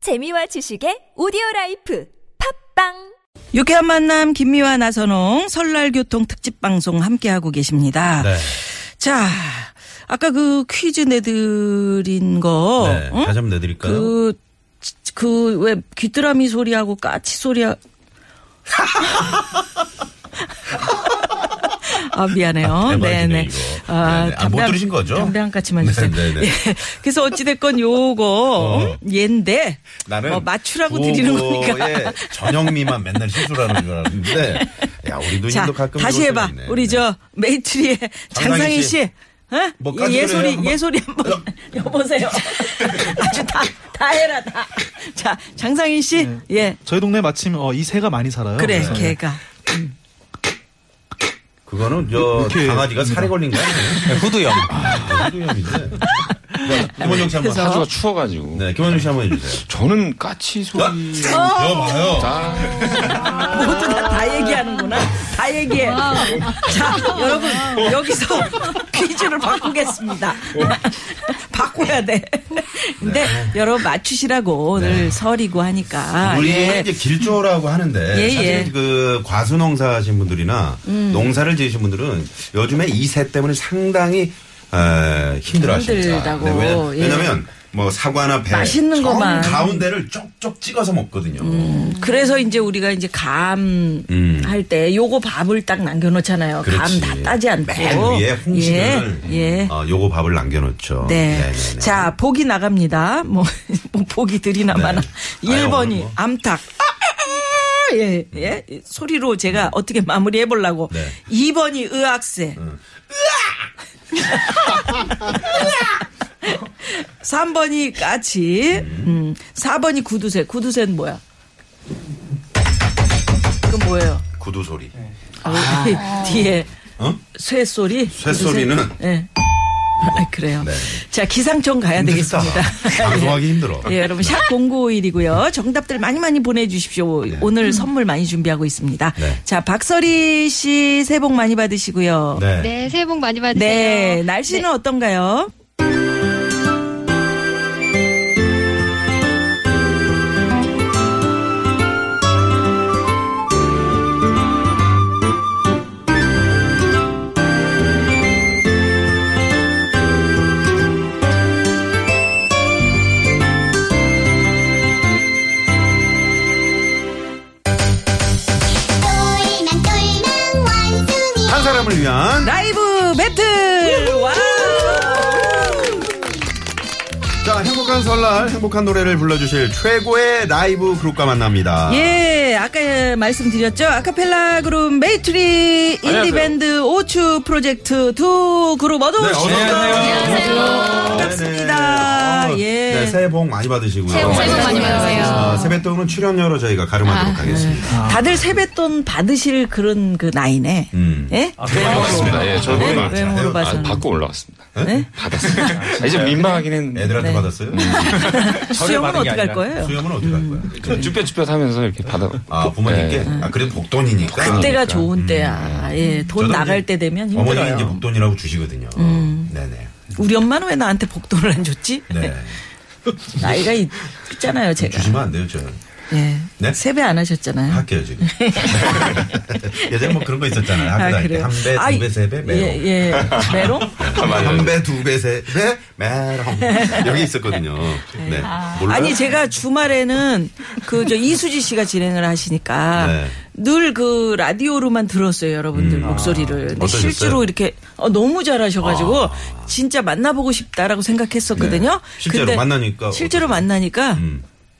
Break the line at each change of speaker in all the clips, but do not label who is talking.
재미와 지식의 오디오 라이프 팝빵
유쾌한 만남 김미화 나선홍 설날 교통 특집 방송 함께하고 계십니다.
네.
자, 아까 그 퀴즈 내드린 거,
네.
어, 응?
다시 한번 내드릴까요?
그, 그 왜 귀뚜라미 소리하고 까치 소리하 아 미안해요.
아, 대박이네,
네네.
이거. 네네. 아, 못 들으신 거죠?
담배 한 까치만 있어요.
네네네. 어.
예. 그래서 어찌 됐건 요거 얘인데
나는 예.
어, 맞추라고 드리는 거니까.
구호구호의 전영미만 맨날 실수라는 줄 알았는데 야 우리도
자,
힘도 가끔
다시
이럴
해봐.
때가 있네.
우리 저 메이트리의 장상희
장상희
씨.
씨.
어?
뭐
예,
까지 그래요?
예소리,
한번.
예소리 한번
어.
여보세요. 아주 다, 다 해라, 다. 자, 장상희 씨. 예.
저희 동네 마침 어, 이 새가 많이 살아요.
그래,
그래서
걔가.
그거는 저
이렇게 네,
강아지가 살에 걸린 거야
후두염.
호두염인데 김원중 씨 한번
하루가 추워가지고.
네 어? 김원중 씨 한번 해주세요
저는 까치 소리.
어!
여봐요
아,
모두 다, 다 얘기하는구나. 다 얘기해. 자, 여러분, 여기서 퀴즈를 바꾸겠습니다. 바꿔야 돼. 근데 여러분 맞추시라고 오늘 설이고 하니까.
우리는
예.
이제 길조라고 하는데
예, 음.
사실
예.
그 과수농사 하신 분들이나 농사를 지으신 분들은 요즘에 이 새 때문에 상당히 에, 힘들어하십니다. 네,
힘들다고, 예.
왜냐하면 뭐 사과나 배
맛있는
정
것만. 음.
가운데를 쪽쪽 찍어서 먹거든요.
그래서 이제 우리가 이제 감 할
음.
때 요거 밥을 딱 남겨놓잖아요. 감
그렇지.
다 따지 않고
맨 위에 홍식을
예, 예.
어, 요거 밥을 남겨놓죠.
네.
어, 네네네.
자, 복이 나갑니다. 뭐, 뭐 복이 들이나마나.
네. 아유,
1번이
오늘 뭐.
암탉. 아, 예, 예. 소리로 제가 어떻게 마무리해 보려고.
네. 음.
2번이 의학세. 3번이 까치. 음. 4번이 구두쇠. 구두쇠는 뭐야? 그건 뭐예요?
구두 소리.
아. 뒤에
어?
쇠 소리.
쇳소리는
예. 아, 그래요.
네.
자, 기상청 가야
힘들다.
되겠습니다.
방송하기 힘들어.
예, 여러분 샵 0951이고요. 정답들 많이 많이 보내주십시오. 오늘 선물 많이 준비하고 있습니다.
네.
자, 박설희 씨 새해 복 많이 받으시고요.
네.
네, 새해 복 많이 받으세요.
네, 날씨는 어떤가요?
똘망 똘망 원숭이
한 사람을 위한
라이브 배틀! 와우!
자 행복한 설날 행복한 노래를 불러주실 최고의 라이브 그룹과 만납니다.
예, 아까 말씀드렸죠. 아카펠라 그룹 메이트리, 인디밴드, 오추 프로젝트 두 그룹 모두
네, 어서 오세요.
반갑습니다.
네, 네.
예.
네, 새해 복 많이 받으시고요.
새해 복 많이 받으세요.
아, 세뱃돈은 출연료로 저희가
아, 네.
가름하도록 하겠습니다.
다들 세뱃돈 받으실 그런 그 나이네.
아. 음.
예?
맞습니다. 예, 저도
네,
맞아요.
외모로
아,
봐서는.
받고 올라왔습니다. 네, 받았습니다. 아, 이제 민망하긴 했는데.
애들한테
네.
받았어요?
수영은 어떻게 할 거예요?
수염은 어떻게 할 거야?
음.
좀 쭈뼛쭈뼛 하면서 이렇게 받아.
네, 아 부모님께 아 그래도 복돈이니까.
네. 그때가
그러니까.
좋은 때야. 예, 돈
음. 저도
나갈
이제
때 되면
어머니가 이제 뭐
힘들어요. 음.
복돈이라고 주시거든요. 네네.
우리 엄마는 왜 나한테 복돈을 안 줬지?
네.
나이가 있- 있잖아요, 제가.
주시면 안 돼요, 저는.
예.
네?
세배 안 하셨잖아요.
할게요, 지금. 예전에 뭐 그런 거 있었잖아요. 학교 다닐 때. 한 배,
아이,
두 배, 세 배, 매로.
예, 예. 메롱?
한 배, 두 배, 세 배, 메롱. 여기 있었거든요. 네. 몰라요?
아니 제가 주말에는 그 저 이수지 씨가 진행을 하시니까
네. 음.
늘 그 라디오로만 들었어요 여러분들 목소리를 근데
아, 어떠셨어요? 아.
실제로 이렇게 어, 너무 잘하셔가지고 진짜 만나보고 싶다라고 생각했었거든요.
네. 실제로
근데
만나니까
실제로
어떠세요? 음.
만나니까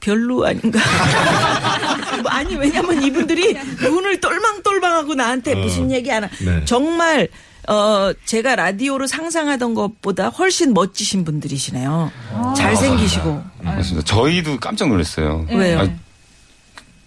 별로 아닌가. 뭐 아니 왜냐면 이분들이 눈을 똘망똘망하고 나한테 무슨 얘기 하나
네.
정말. 어, 제가 라디오로 상상하던 것보다 훨씬 멋지신 분들이시네요.
아.
잘생기시고.
맞습니다. 저희도 깜짝 놀랐어요.
네. 왜요?
아,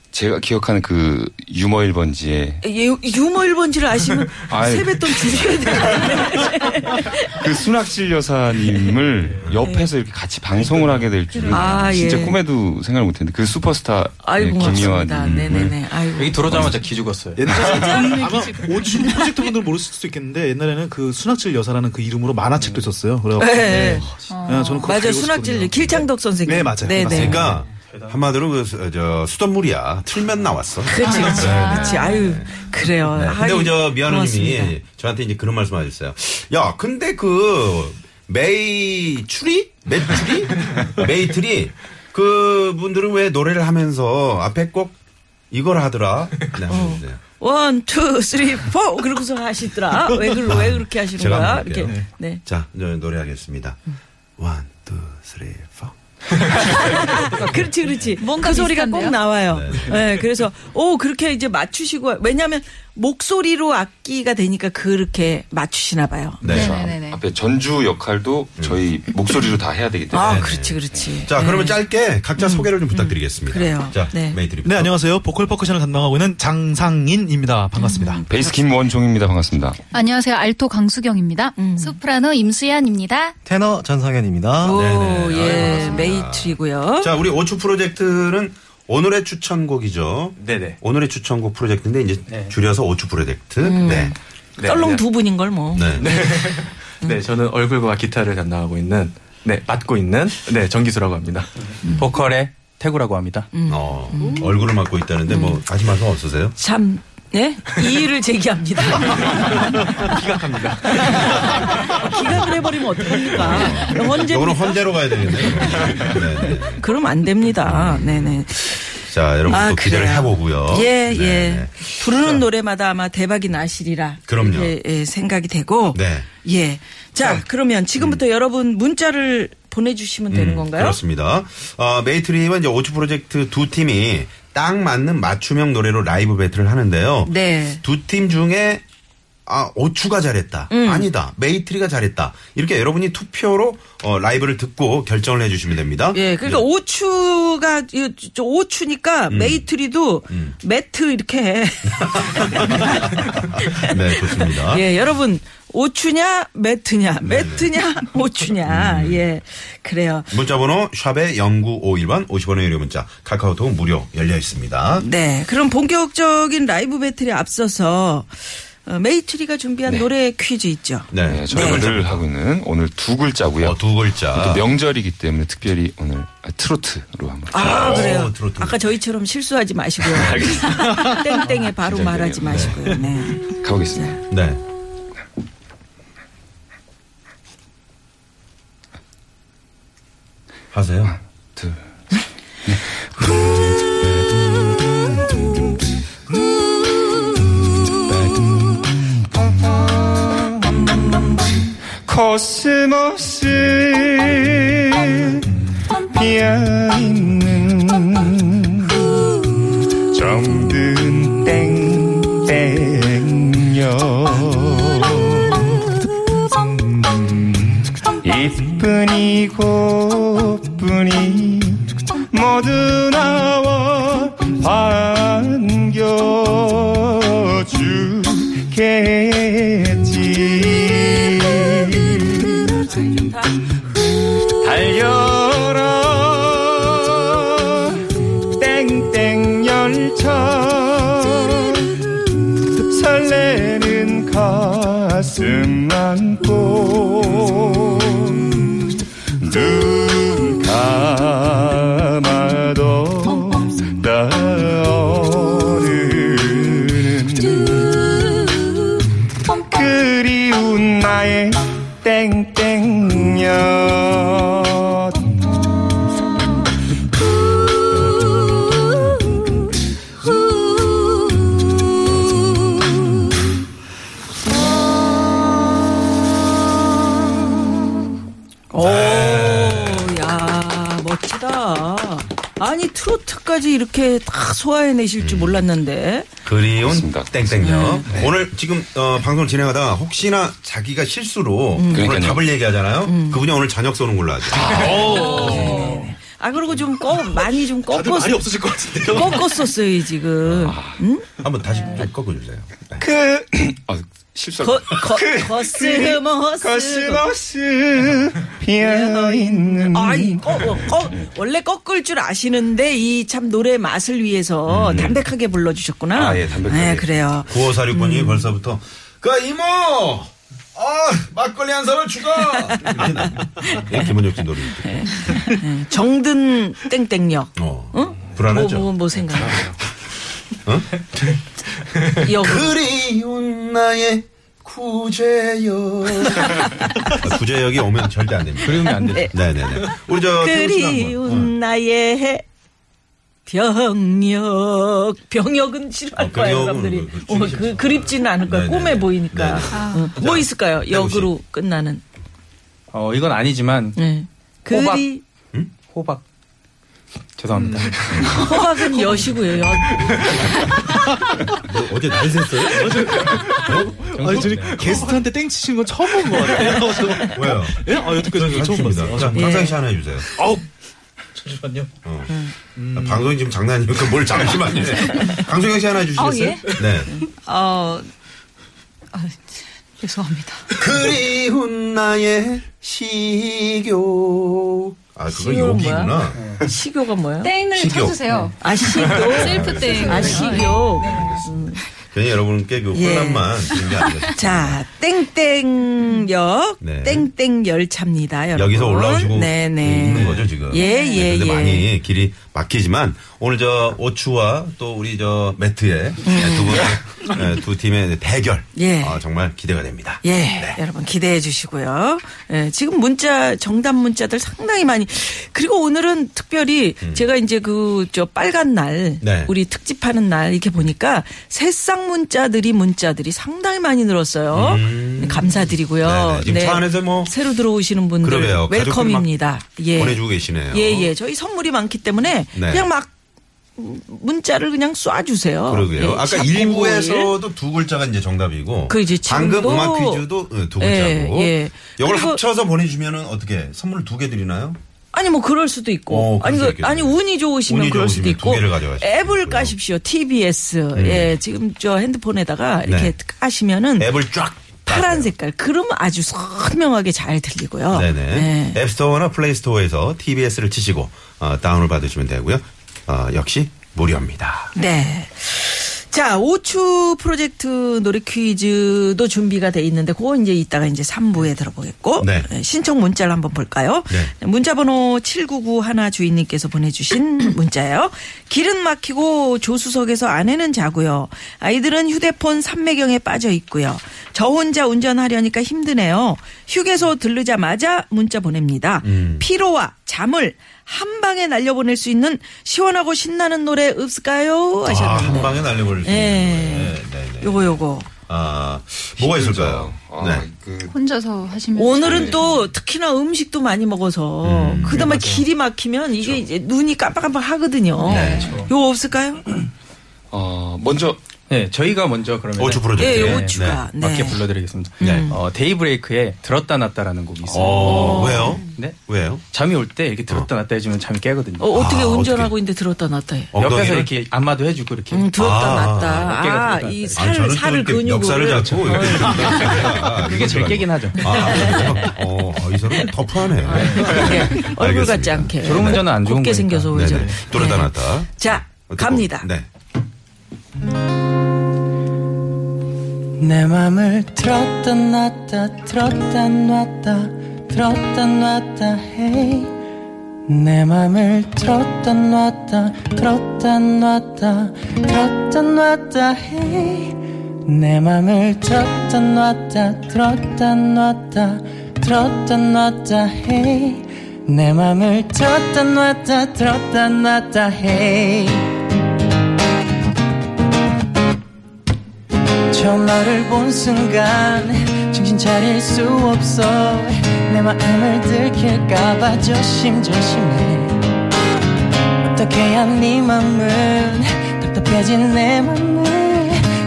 제가 기억하는 그 유머 1번지에
예, 유머 1번지를 아시면
아이.
세뱃돈 주셔야 되는데.
그 순학실 여사님을 옆에서 이렇게 같이 방송을 하게 될 줄은
아,
진짜
예.
꿈에도 생각을 못했는데 그 슈퍼스타 네,
아이고, 고맙습니다.
김희화님을
네네네. 아이고.
여기 들어오자마자 기죽었어요.
네.
아마 오주 프로젝트 분들 은 모를 수도 있겠는데 옛날에는 그 순학질 여사라는 그 이름으로
음.
만화책도 있었어요. 그래서
네.
저는 그거
맞아,
가지고
순학질
싶거든요.
길창덕 선생님.
네, 맞아요.
네네.
맞습니다.
그러니까 한마디로 그, 수- 저, 수돗물이야. 틀면 나왔어.
그렇지, 그렇지, 그렇지. 아유, 그래요.
네.
아유,
근데 저 미아노님이
고맙습니다.
저한테 이제 그런 말씀 하셨어요. 야, 근데 그 메이추리? 메추리? 메이트리? 그 분들은 왜 노래를 하면서 앞에 꼭 이걸 하더라? 네,
어.
네.
원, 투, 쓰리, 포! 그러고서 하시더라. 왜, 그, 왜 그렇게 하시는
제가
거야?
한번
이렇게.
할게요.
네.
자, 이제 노래하겠습니다. 원, 투, 쓰리, 포.
그렇지, 그렇지. 뭔가 그 소리가 꼭 나와요. 네. 그래서, 오, 그렇게 이제 맞추시고, 왜냐면, 목소리로 악기가 되니까 그렇게 맞추시나 봐요.
네.
네네네.
앞에 전주 역할도 저희 목소리로 다 해야 되기 때문에
아, 그렇지, 그렇지.
자, 그러면 짧게 각자 소개를 좀 부탁드리겠습니다.
네. 음. 그래요.
자,
네.
메이트리.
네, 안녕하세요. 보컬 퍼커션을 담당하고 있는 장상인입니다. 반갑습니다.
음.
베이스 김원종입니다. 반갑습니다.
안녕하세요. 알토 강수경입니다. 소프라노 임수연입니다.
테너 전성현입니다.
오,
네, 네. 아유,
예,
반갑습니다.
메이트리고요.
자, 우리 오추 프로젝트는 오늘의 추천곡이죠.
네네.
오늘의 추천곡 프로젝트인데 이제
네.
줄여서 오추 프로젝트.
음.
네.
네,
떨렁
안녕.
두 분인 걸 뭐.
네.
네, 저는 얼굴과 기타를 담당하고 있는, 네, 맡고 있는, 네, 정기수라고 합니다.
네.
보컬의 태구라고 합니다.
음.
어, 얼굴을 맡고 있다는데 뭐 하지 말씀 없으세요?
참, 예? 이의를 제기합니다. 기각합니다. 기각을 해버리면
네.
어떡합니까? 언제
이거는 헌재로 가야 되겠네요. 네, 네.
그럼 안 됩니다. 네네. 아,
자, 여러분 또 기대를
그래요.
해보고요.
예,
네,
예.
네.
부르는 노래마다 아마 대박이 나시리라.
그럼요.
이렇게, 예, 생각이 되고.
네. 음.
예. 자, 그러면 지금부터 여러분 문자를 보내주시면 되는 건가요?
그렇습니다. 어, 메이트리와 이제 오츠 프로젝트 두 팀이 딱 맞는 맞춤형 노래로 라이브 배틀을 하는데요.
네.
두 팀 중에 아, 오추가 잘했다.
음.
아니다. 메이트리가 잘했다. 이렇게 여러분이 투표로 어, 라이브를 듣고 결정을 해 주시면 됩니다.
예, 그러니까 오추가 이- 저 오추니까 메이트리도 매트 이렇게 해.
네, 좋습니다.
예, 여러분 오추냐 매트냐 매트냐 오추냐 예 그래요.
문자번호 샵의 0951번 50원의 유료 문자 카카오톡 무료 열려 있습니다.
네, 그럼 본격적인 라이브 배틀에 앞서서 어, 메이트리가 준비한 노래 퀴즈 있죠.
네,
네, 저희가 늘 하고 있는 오늘 두 글자고요.
어, 두
또
글자.
명절이기 때문에 특별히 오늘 아, 트로트로 한번.
아,
오,
그래요.
들었다.
아까 저희처럼 실수하지 마시고요. 땡땡에 바로
긴장되네요.
말하지 마시고요. 네.
가보겠습니다.
네. 하세요.
둘. 코스모스 피어있는 정든 땡땡녀 이뿐이 고뿐이 모두 나와 반겨주겠지 달려라 땡땡 열차 설레는 가슴 안고 눈 감아도 떠오르는 그리운 나의 땡땡녀
오, 야, 멋지다. 아니, 트로트까지 이렇게 다 소화해내실 줄 몰랐는데.
그리운
그렇습니다. 네.
땡땡녀. 오늘 지금 어, 방송을 진행하다 혹시나 자기가 실수로 오늘
음. 그러니까요. 음.
답을 얘기하잖아요. 그분이 오늘 저녁 쏘는 걸로 하죠.
아, 그리고 좀 꺼, 많이 좀
다들 말이
꺾었,
없으실 것 같은데요.
꺾었었어요, 지금.
한번 다시 좀 꺾어주세요. 네.
그 아, 실수
거, 거, 거스머스.
거스머스 피어있는
아이, 꺼, 어, 꺼, 원래 꺾을 줄 아시는데, 이 참 노래의 맛을 위해서 담백하게 불러주셨구나.
아, 예, 담백하게.
네, 그래요. 음.
9546번이 벌써부터 그 이모 아 막걸리 한 사발 추가 이렇게 나옵니다. 예, 김은혁 씨 노래
네, 정든 땡땡역.
어.
뭐,
불안하죠. 네, 어?
뭐, 뭐 어? 생각. 역.
그 그리운 나의 구제여. 구제역이 오면 절대 안 됩니다.
그리우면 안 되죠.
네네네. 우리 저 태국
그
씨가 한번. 어.
그리운 어. 나의 해. 병역 병역은 싫어할
어,
거예요
병역은
사람들이
그- 그-
어,
진짜.
그, 그립지는 않을 거야
네네네.
꼬매 보이니까
네네.
어,
아.
뭐
자,
있을까요
태국 씨.
역으로 끝나는
어, 이건 아니지만
네.
호박.
그리
호박. 죄송합니다.
호박은 여시고요 여,
뭐 어제 날 샜어요?
아니 저는 게스트한테 땡치시는 건 처음 본 것 같아요. 어, 저는-
왜요?
예? 아 여태까지 처음 봤어요.
자,
아,
강상 씨 하나 해주세요.
아우 잠시만요. 음.
어. 아, 방송이 지금 장난이니까 뭘 잠시만요.
네.
강성현 씨 하나 해주시겠어요?
아, 예?
네.
어, 아, 죄송합니다.
그리운 나의 시교. 아, 그거
시교는
여기구나.
시교가 뭐예요
땡을
식욕.
쳐주세요.
아 시교
셀프 땡.
아 시교
괜히 여러분께 그
예.
혼란만 주는 게 아니라.
자, 땡땡역,
네.
땡땡열차입니다, 여러분.
여기서 올라오시고
네네.
있는 거죠 지금.
예, 예,
근데
예.
많이 길이 막히지만 오늘 저 오추와 또 우리 저 매트의 네, 두분두 팀의 대결.
예.
아, 정말 기대가 됩니다.
예,
네.
여러분 기대해 주시고요. 예, 지금 문자 정답 문자들 상당히 많이 그리고 오늘은 특별히 제가 이제 그 저 빨간 날
음. 네.
우리 특집하는 날 이렇게 보니까 새싹 문자들이 문자들이 상당히 많이 늘었어요. 네, 감사드리고요.
음. 네네. 지금 차 안에서 뭐
새로 들어오시는 분들
그러게요. 가족들
웰컴입니다. 예.
보내주고 계시네요.
예, 예. 저희 선물이 많기 때문에
네.
그냥 막 문자를 그냥 쏴주세요.
그러게요.
예,
아까
샵 051.
1부에서도 두 글자가 이제 정답이고.
그 이제
방금
지금도-
음악 퀴즈도 어, 두
예,
글자고.
예.
이걸
그리고-
합쳐서 보내주면은 어떻게 선물 두 개 드리나요?
아니 뭐 그럴 수도 있고
어, 그럴
아니
수도
그-
있겠네요.
아니 운이 좋으시면
운이
그럴 수도
좋으시면
있고
두 개를 가져가실 수도
앱을
있고요. 음.
까십시오 TBS 예 지금 저 핸드폰에다가 이렇게 까시면은
네. 앱을 쫙.
파란 색깔 그러면 아주 선명하게 잘 들리고요.
네네.
네.
앱스토어나 플레이스토어에서 TBS를 치시고 어, 다운을 받으시면 되고요. 어, 역시 무료입니다.
네. 자, 오추 프로젝트 노래 퀴즈도 준비가 돼 있는데 그거 이제 이따가 이제 3부에 들어보겠고
네.
네, 신청 문자를 한번 볼까요?
네.
문자 번호 7991 주인님께서 보내 주신 문자예요. 길은 막히고 조수석에서 아내는 자고요. 아이들은 휴대폰 삼매경에 빠져 있고요. 저 혼자 운전하려니까 힘드네요. 휴게소 들르자마자 문자 보냅니다.
음.
피로와 잠을 한 방에 날려보낼 수 있는 시원하고 신나는 노래 없을까요?
아, 한
하셨는데.
방에 날려버릴 수 있는
예.
거예요. 네, 네.
요거 요거.
아, 뭐가 있을까요?
아,
아,
네.
그,
혼자서 하시면
오늘은 또 특히나 음식도 많이 먹어서 그다음에 길이 막히면 이게 이제 눈이 깜빡깜빡 하거든요. 요거 없을까요?
어, 먼저 네, 저희가 먼저 그러면
오추 프로젝트.
예,
네.
오추가. 네.
맞게 불러드리겠습니다.
네.
어, 데이브레이크의 들었다 놨다라는 곡이 있어요.
어, 왜요?
네?
왜요?
잠이 올 때 이렇게 들었다 놨다 해주면 잠이 깨거든요.
어, 어떻게
아,
운전하고 있는데 들었다 놨다 해.
옆에서
엉덩이를?
이렇게 안마도 해주고 이렇게
음, 들었다
아,
놨다.
어깨가
아,
들었다
이
놨다.
아니,
살,
저는 또
살을 아.
이렇게
근육을.
역사를 잡고 이렇게 네.
그게 제일 깨긴 하죠.
아, 아, 그래요? 어, 이 사람 터프하네.
아, 이렇게 얼굴
알겠습니다.
같지 않게.
저런 운전은 안 좋은
곱게
거니까.
생겨서
네네.
오히려.
뚫어다 놨다.
네. 자,
어떻게
갑니다.
보면- 네.
내 맘을 들었다 놨다 들었다 놨다 들었다 놨다 헤이 내 맘을 들었다 놨다 들었다 놨다 들었다 놨다 헤이 내 맘을 들었다 놨다 들었다 놨다 들었다 놨다 헤이 내 맘을 들었다 놨다 들었다 놨다 헤이 처음 너를 본 순간 정신 차릴 수 없어 내 마음을 들킬까봐 조심조심해 어떻게 해야 네 맘은 답답해진 내 맘을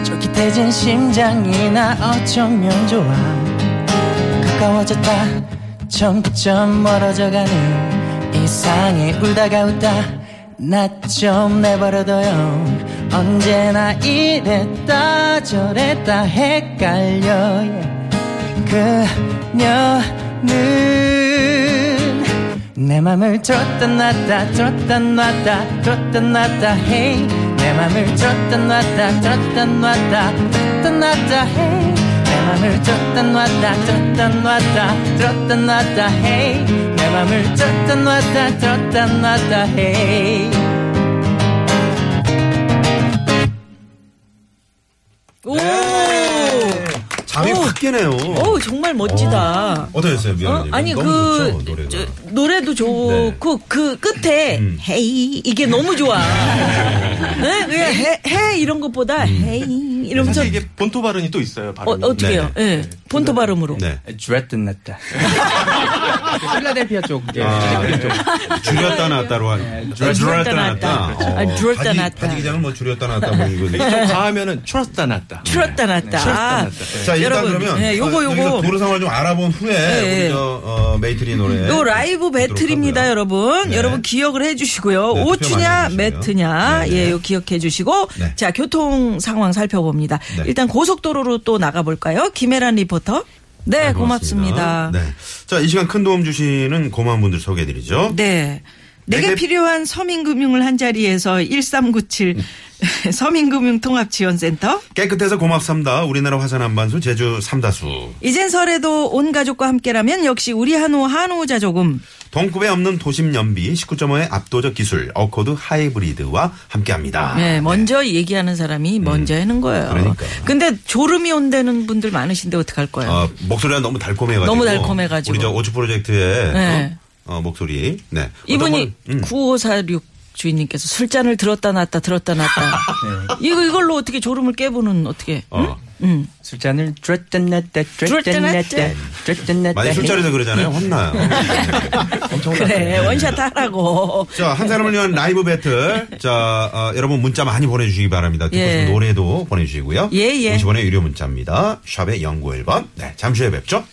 쫄깃해진 심장이 나 어쩌면 좋아 가까워졌다 점점 멀어져가는 이상해 울다가 웃다 나 좀 내버려둬요 언제나 이랬다 저랬다 헷갈려 그녀는 내 맘을 들었다 놨다 들었다 놨다 들었다 놨다 헤이 내 맘을 들었다 놨다 들었다 놨다 들었다 놨다 헤이 내 맘을 들었다 놨다 들었다 놨다 들었다 놨다 헤이 내 내 맘을 쫓다 놨다 쫓다 놨다 헤이
오,
네. 잠이
오.
확 깨네요.
오 정말 멋지다.
어떠셨어요?
어?
미안해요.
아니
너무
그
좋죠, 노래가.
저, 노래도 좋고 그 끝에
음.
헤이 이게 너무 좋아. 네? 그냥 헤, 헤 이런 것보다
음.
헤이 이러면서
사실 이게 본토 발음이 또 있어요.
어,
발음이.
어떻게요? 예. 본토 발음으로.
네.
드레드 아, 났다 필라델피아 쪽 예.
아, 줄였다 놨다로
예,
한. 줄였다 놨다.
아, 줄였다 놨다. 예.
바지 기장은 뭐 줄였다 놨다 뭐 이거.
좀 과하면은 추러스다 났다.
줄었다 놨다. 아,
네. 자 일단
여러분,
그러면 어,
예, 요거, 요거.
여기서 도로 상황을 좀 알아본 후에
예, 예.
우리 저 어, 메이트리 노래
요 라이브 배틀입니다,
하고요.
여러분.
네.
여러분 기억을 해주시고요.
네, 투표 많이
오추냐,
해주시고요.
매트냐,
네, 네.
예, 요 기억해주시고.
네.
자, 교통 상황 살펴봅니다.
네.
일단 고속도로로 또 나가볼까요? 김혜란 리포터. 네, 고맙습니다.
아, 네. 자이 시간 큰 도움 주시는 고마운 분들 소개해드리죠.
네. 내게
내게
필요한 서민금융을 한 자리에서 1397
음.
서민금융통합지원센터.
깨끗해서 고맙습니다. 우리나라 화산 한반수 제주 삼다수
이젠 설에도 온 가족과 함께라면 역시 우리 한우 한우자 조금.
동급에 없는 도심 연비 19.5의 압도적 기술 어코드 하이브리드와 함께합니다.
네, 먼저 얘기하는 사람이 먼저 하는 거예요.
아, 음. 그러니까.
근데 졸음이 온다는 분들 많으신데 어떡할 거예요?
어, 목소리가 너무 달콤해가지고
네. 너무 달콤해가지고.
우리 저 오츠 프로젝트의
네.
어, 어, 목소리 네
이분이
어떤 건- 음.
9546 주인님께서 술잔을 들었다 놨다 들었다 놨다. 이거 이걸로 어떻게 졸음을 깨보는 어떻게?
네. 어.
음.
술잔을 드레드 났다 드레드
드렸다
났다
놨다.
드레드 났다
네.
많이 술자리에서 그러잖아요. 혼나요.
그래 원샷 하라고.
자, 한 사람을 위한 라이브 배틀. 자, 어, 여러분 문자 많이 보내주시기 바랍니다. 듣고
예.
싶은 노래도 보내주시고요.
예, 예.
50원의 유료 문자입니다. 샵의 0951번. 네, 잠시 후에 뵙죠.